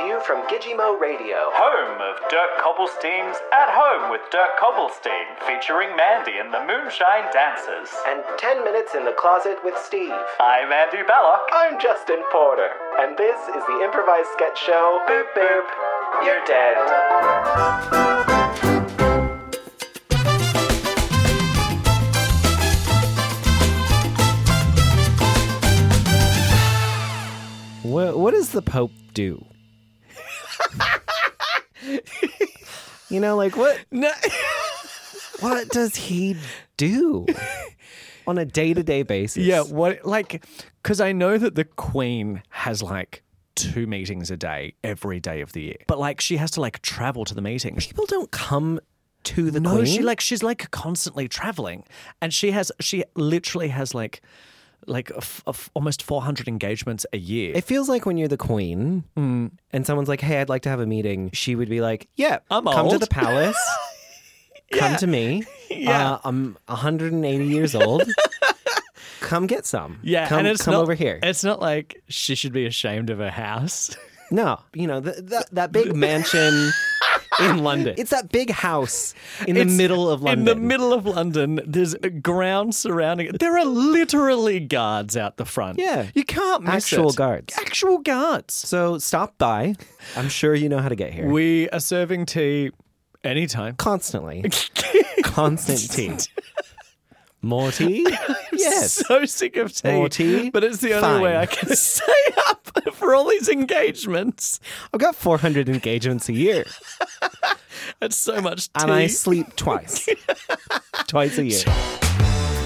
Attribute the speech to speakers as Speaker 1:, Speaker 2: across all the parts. Speaker 1: live from Gigimo Radio.
Speaker 2: Home of Dirk Cobblestein's At Home with Dirk Cobblestein, featuring Mandy and the Moonshine Dancers.
Speaker 1: And 10 minutes in the closet with Steve.
Speaker 2: I'm Andy Ballock.
Speaker 1: I'm Justin Porter. And this is the improvised sketch show Boop Boop, You're Dead.
Speaker 3: What, what does the Pope do? you know, like what?
Speaker 4: No,
Speaker 3: What does he do on a day to day basis?
Speaker 4: yeah, what like cuz I know that the queen has like two meetings a day every day of the year. But like she has to like travel to the meetings.
Speaker 3: people don't come to the
Speaker 4: No,
Speaker 3: queen.
Speaker 4: she like she's like constantly traveling and she has she literally has like like a f- a f- almost 400 engagements a year.
Speaker 3: It feels like when you're the queen
Speaker 4: Mm.
Speaker 3: and someone's like, "Hey, I'd like to have a meeting," she would be like, "Yeah,
Speaker 4: I'm
Speaker 3: come to
Speaker 4: old."
Speaker 3: the palace. Come to me.
Speaker 4: Yeah.
Speaker 3: Uh, I'm 180 years old. come get some.
Speaker 4: yeah,
Speaker 3: come,
Speaker 4: and it's
Speaker 3: come
Speaker 4: not,
Speaker 3: over here.
Speaker 4: It's not like she should be ashamed of her house.
Speaker 3: No, you know th- th- that big mansion in London. It's that big house in the
Speaker 4: It's
Speaker 3: middle of London.
Speaker 4: In the middle of London, there's a ground surrounding it. There are literally guards out the front.
Speaker 3: Yeah.
Speaker 4: You can't miss
Speaker 3: Actual
Speaker 4: it.
Speaker 3: guards.
Speaker 4: Actual guards.
Speaker 3: So stop by. I'm sure you know how to get here.
Speaker 4: We are serving tea anytime.
Speaker 3: Constantly, constant tea. More tea. Yes.
Speaker 4: So sick of tea.
Speaker 3: More tea?
Speaker 4: But it's the only
Speaker 3: Fine.
Speaker 4: way I can stay up for all these engagements.
Speaker 3: I've got 400 engagements a year,
Speaker 4: It's so much tea.
Speaker 3: and I sleep twice, twice a year.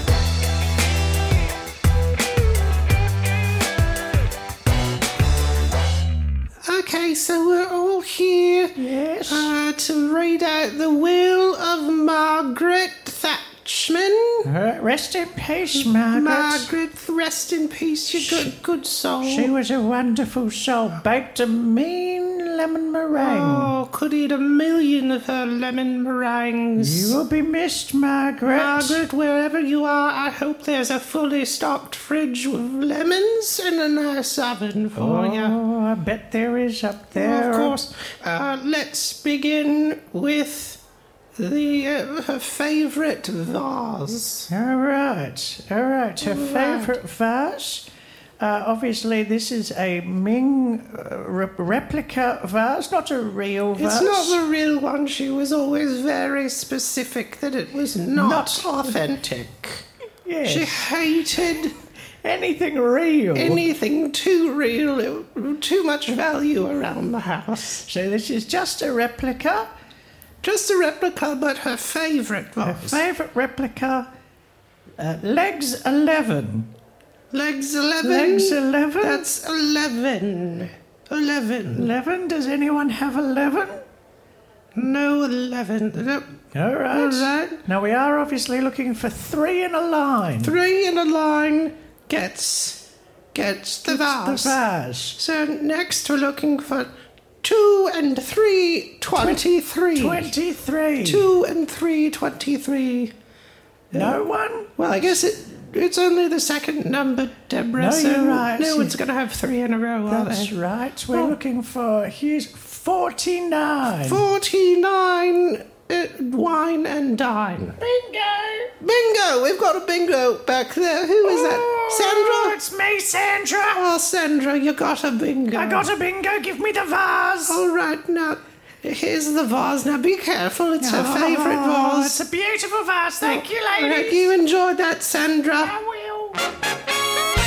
Speaker 5: Okay, so we're all here uh, to read out the will of Margaret Thatchman.
Speaker 6: Uh, Rest in peace, Margaret.
Speaker 5: Margaret, rest in peace, you good, good soul.
Speaker 6: she was a wonderful soul, baked a mean lemon meringue.
Speaker 5: oh, could eat a million of her lemon meringues.
Speaker 6: You will be missed, Margaret.
Speaker 5: Margaret, wherever you are, I hope there's a fully stocked fridge with lemons and a nice oven for you.
Speaker 6: Oh, I bet there is up there.
Speaker 5: Of course. Uh, let's begin with the uh, her favorite vase.
Speaker 6: All right, all right. Her favourite vase. Uh, obviously, this is a Ming uh, re- replica vase, not a real
Speaker 5: It's
Speaker 6: vase.
Speaker 5: not the real one. She was always very specific that it was not,
Speaker 6: Not-
Speaker 5: authentic.
Speaker 6: yes.
Speaker 5: She hated
Speaker 6: anything real.
Speaker 5: anything too real, too much value around the house.
Speaker 6: so this is just a replica.
Speaker 5: Just a replica, but her favourite
Speaker 6: Her
Speaker 5: was
Speaker 6: favourite replica. Uh, legs eleven.
Speaker 5: legs eleven.
Speaker 6: Legs 11?
Speaker 5: That's eleven. Eleven.
Speaker 6: 11? Does anyone have 11?
Speaker 5: No eleven. No,
Speaker 6: All right.
Speaker 5: All right.
Speaker 6: Now we are obviously looking for three in a line.
Speaker 5: Three in a line gets gets the
Speaker 6: The vase.
Speaker 5: So next we're looking for two and three twenty-three.
Speaker 6: 23.
Speaker 5: Two and three twenty-three.
Speaker 6: No one?
Speaker 5: Well, I guess it it's only the second number, Deborah.
Speaker 6: No,
Speaker 5: so
Speaker 6: you're right.
Speaker 5: no one's going to have three in a row, are
Speaker 6: That's
Speaker 5: they?
Speaker 6: right. We're looking for. Here's 49.
Speaker 5: Forty-nine. Uh, wine and dine.
Speaker 6: Bingo!
Speaker 5: Bingo! We've got a bingo back there. Who is that?
Speaker 6: Oh,
Speaker 5: Sandra?
Speaker 6: It's me, Sandra!
Speaker 5: Oh, Sandra, you got a bingo.
Speaker 6: I got a bingo. Give me the vase.
Speaker 5: All right, now, here's the vase. Now, be careful. It's her favorite
Speaker 6: Oh,
Speaker 5: vase.
Speaker 6: It's a beautiful vase. Thank you,
Speaker 5: I hope
Speaker 6: ladies.
Speaker 5: you enjoyed that, Sandra.
Speaker 6: I will.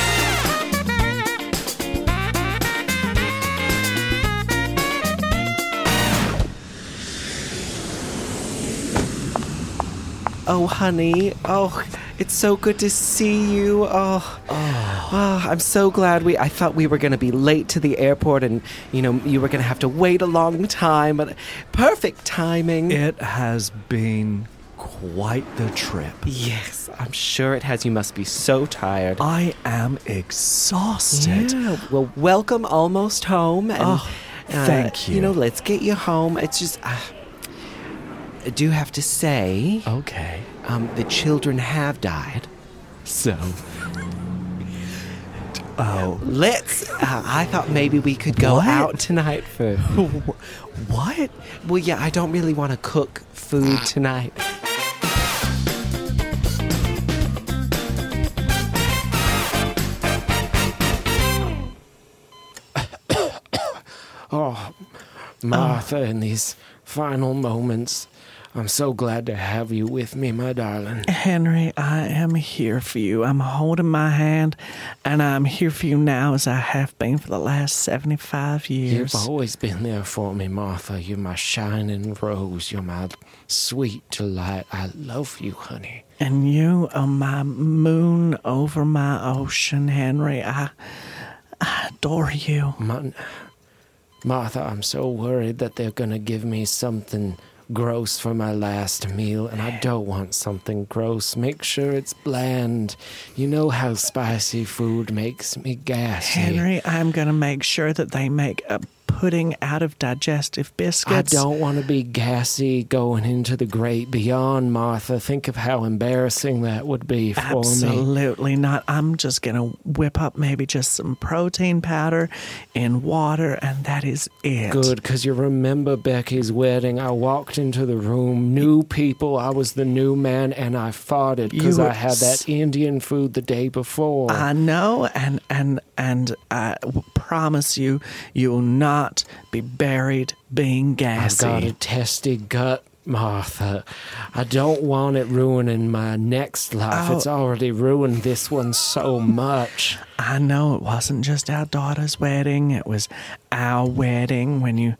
Speaker 3: Oh, honey. Oh, it's so good to see you. Oh, Ah, I'm so glad we. I thought we were going to be late to the airport and, you know, you were going to have to wait a long time, but perfect timing.
Speaker 4: It has been quite the trip.
Speaker 3: Yes, I'm sure it has. You must be so tired.
Speaker 4: I am exhausted.
Speaker 3: Yeah. Well, welcome almost home. And, uh,
Speaker 4: Oh, thank
Speaker 3: You
Speaker 4: you.
Speaker 3: know, let's get you home. It's just. Uh, I do have to say,
Speaker 4: Okay.
Speaker 3: um, the children have died.
Speaker 4: So
Speaker 7: Oh, let's. Uh, I thought maybe we could go
Speaker 8: What?
Speaker 7: out tonight for.
Speaker 8: What?
Speaker 7: Well, yeah, I don't really want to cook food tonight.
Speaker 3: Oh, Martha, in these final moments, I'm so glad to have you with me, my darling.
Speaker 6: Henry, I am here for you. I'm holding my hand, and I'm here for you now as I have been for the last 75 years.
Speaker 3: You've always been there for me, Martha. You're my shining rose. You're my sweet delight. I love you, honey.
Speaker 6: And you are my moon over my ocean, Henry. I, I adore you.
Speaker 3: Mon- Martha, I'm so worried that they're going to give me something gross for my last meal, and I don't want something gross. Make sure it's bland. You know how spicy food makes me gassy.
Speaker 6: Henry, I'm going to make sure that they make a pudding out of digestive
Speaker 3: I
Speaker 6: biscuits.
Speaker 3: don't want to be gassy going into the great beyond, Martha. Think of how embarrassing that would be for me.
Speaker 6: Absolutely not. I'm just going to whip up maybe just some protein powder and water, and that is it.
Speaker 3: Good, because you remember Becky's wedding. I walked into the room, new people. I was the new man, and I farted because
Speaker 6: You
Speaker 3: I had
Speaker 6: s-
Speaker 3: that Indian food the day before.
Speaker 6: I know, and and and I w- promise you, you'll not be buried being
Speaker 3: I've got a
Speaker 6: gassy.
Speaker 3: testy gut, Martha. I don't want it ruining my next life.
Speaker 6: Oh.
Speaker 3: It's already ruined this one so much.
Speaker 6: I know it wasn't just our daughter's wedding; it was our wedding. When you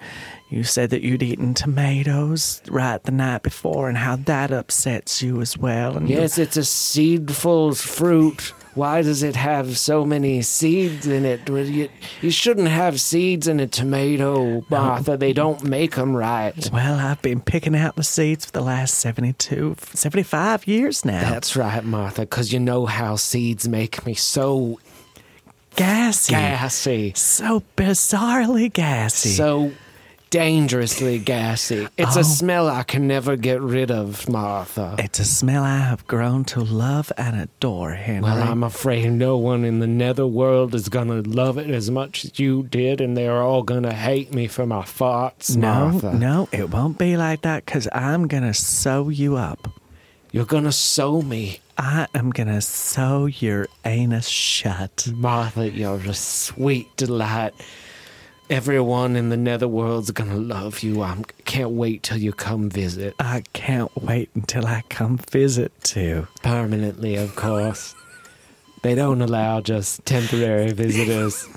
Speaker 6: you said that you'd eaten tomatoes right the night before, and how that upsets you as well. And you-
Speaker 3: Yes, it's a seedful fruit. Why does it have so many seeds in it? Well, You, you shouldn't have seeds in a tomato, Martha. They don't make them right.
Speaker 6: well, I've been picking out the seeds for the last 72, 75 years now.
Speaker 3: That's right, Martha, because you know how seeds make me so
Speaker 6: gassy.
Speaker 3: gassy.
Speaker 6: So bizarrely gassy.
Speaker 3: So dangerously gassy. It's
Speaker 6: Oh.
Speaker 3: a smell I can never get rid of, Martha.
Speaker 6: It's a smell I have grown to love and adore, Henry.
Speaker 3: Well, I'm afraid no one in the netherworld is going to love it as much as you did, and they're all going to hate me for my farts,
Speaker 6: no,
Speaker 3: Martha.
Speaker 6: no, it won't be like that because I'm going to sew you up.
Speaker 3: You're gonna sew me,
Speaker 6: I am going to sew your anus shut.
Speaker 3: Martha. You're a sweet delight. Everyone in the netherworld's gonna love you. I can't wait till you come visit.
Speaker 6: I can't wait until I come visit too.
Speaker 3: Permanently, of course. they don't allow just temporary visitors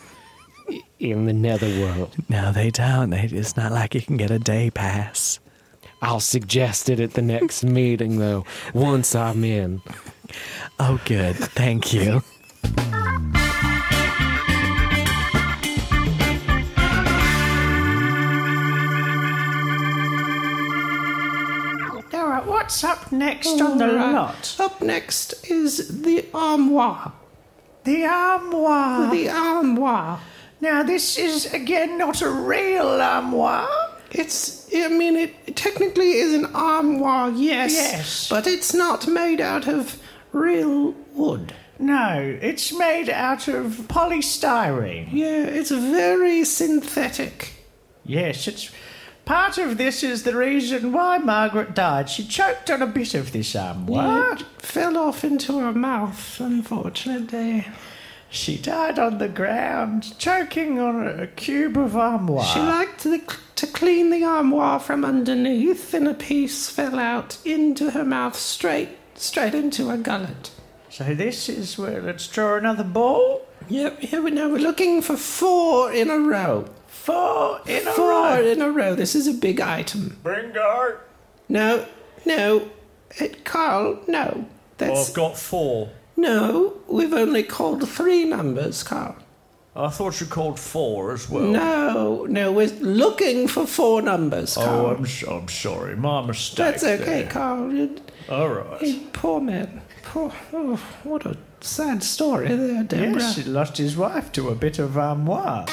Speaker 3: i- in the netherworld.
Speaker 6: No, they don't. They, it's not like you can get a day pass.
Speaker 3: I'll suggest it at the next meeting, though, once I'm in.
Speaker 6: Oh, good. Thank you.
Speaker 5: All right, what's up next
Speaker 6: on the
Speaker 5: lot? Up next is the armoire.
Speaker 6: The armoire.
Speaker 5: The armoire.
Speaker 6: Now, this is again not a real armoire.
Speaker 5: It's, I mean, it technically is an armoire, yes.
Speaker 6: Yes.
Speaker 5: But it's not made out of real wood.
Speaker 6: No, it's made out of polystyrene.
Speaker 5: Yeah, it's very synthetic.
Speaker 6: Yes, it's part of this is the reason why Margaret died. She choked on a bit of this armoire.
Speaker 5: It fell off into her mouth, unfortunately.
Speaker 6: She died on the ground, choking on a cube of armoire.
Speaker 5: She liked the, to clean the armoire from underneath, and a piece fell out into her mouth, straight, straight into her gullet.
Speaker 6: so this is where let's draw another ball.
Speaker 5: Yep, here we now. We're looking for four in a row.
Speaker 6: Four in a
Speaker 5: Four
Speaker 6: row.
Speaker 5: in a row. This is a big item.
Speaker 9: Ringo!
Speaker 5: No, no, it, Carl, no. That's
Speaker 9: I've got four.
Speaker 5: no. We've only called three numbers, Carl.
Speaker 9: I thought you called four as
Speaker 6: Oh.
Speaker 9: well.
Speaker 5: No, no. We're looking for four numbers,
Speaker 9: Oh,
Speaker 5: Carl.
Speaker 9: I'm, s- I'm sorry. My mistake.
Speaker 5: That's okay,
Speaker 9: there.
Speaker 5: Carl. You,
Speaker 9: All right.
Speaker 5: you poor man. Poor. Oh, what a sad story there, Deborah.
Speaker 6: Yes, he lost his wife to a bit of um, armoire.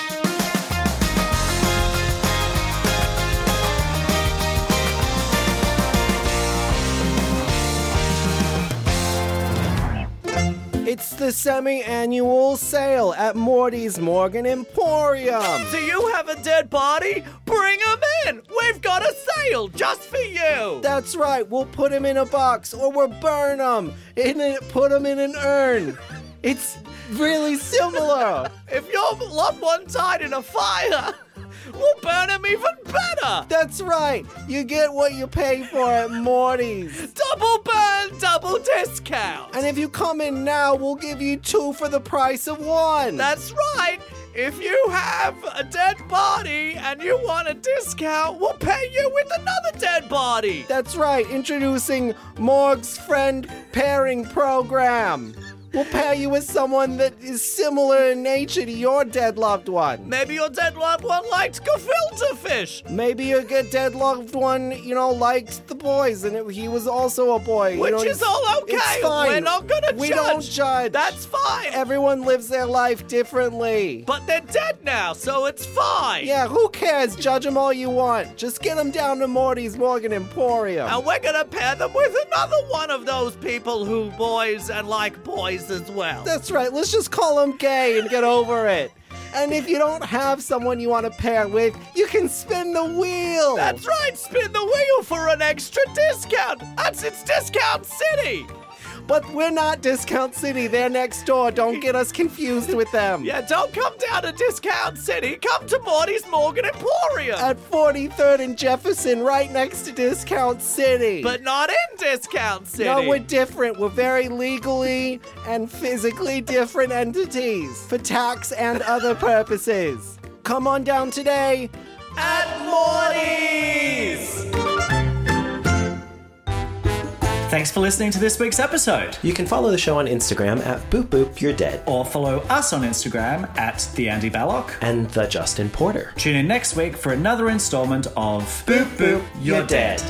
Speaker 3: It's the semi-annual sale at Morty's Morgan Emporium.
Speaker 6: Do you have a dead body? Bring him in! We've got a sale just for you!
Speaker 3: That's right. We'll put him in a box, or we'll burn him. In a, put him in an urn. It's really similar.
Speaker 6: If your loved one died in a fire, we'll burn him even better!
Speaker 3: That's right. You get what you pay for at Morty's.
Speaker 6: Double burn, double discount!
Speaker 3: And if you come in now, we'll give you two for the price of one.
Speaker 6: That's right! If you have a dead body and you want a discount, we'll pay you with another dead body!
Speaker 3: That's right. Introducing Morg's Friend Pairing Program. We'll pair you with someone that is similar in nature to your dead loved one.
Speaker 6: Maybe your dead loved one liked gefilte fish,
Speaker 3: Maybe your good dead loved one, you know, liked the boys, and it, he was also a boy. you
Speaker 6: which
Speaker 3: know,
Speaker 6: is
Speaker 3: it's-
Speaker 6: all okay.
Speaker 3: It's fine.
Speaker 6: We're not gonna
Speaker 3: we
Speaker 6: judge.
Speaker 3: don't judge.
Speaker 6: That's fine.
Speaker 3: everyone lives their life differently.
Speaker 6: but they're dead now, so it's fine.
Speaker 3: yeah, who cares? Judge them all you want. Just get them down to Morty's Morgan Emporium.
Speaker 6: And we're gonna pair them with another one of those people who boys and like boys as well.
Speaker 3: That's right. Let's just call him gay and get over it. And if you don't have someone you want to pair with, you can spin the wheel.
Speaker 6: That's right, spin the wheel for an extra discount. That's its discount city.
Speaker 3: But we're not Discount City. They're next door. Don't get us confused with them.
Speaker 6: Yeah, don't come down to Discount City. Come to Morty's Morgan Emporium.
Speaker 3: At 43rd and Jefferson, right next to Discount City.
Speaker 6: but not in Discount City.
Speaker 3: no, we're different. We're very legally and physically different entities for tax and other purposes. Come on down today.
Speaker 6: at Morty's.
Speaker 10: Thanks for listening to this week's episode.
Speaker 11: You can follow the show on Instagram at Boop Boop You're Dead
Speaker 10: Or follow us on Instagram at the Andy Ballock.
Speaker 11: and the Justin Porter.
Speaker 10: Tune in next week for another installment of Boop Boop, You're, dead.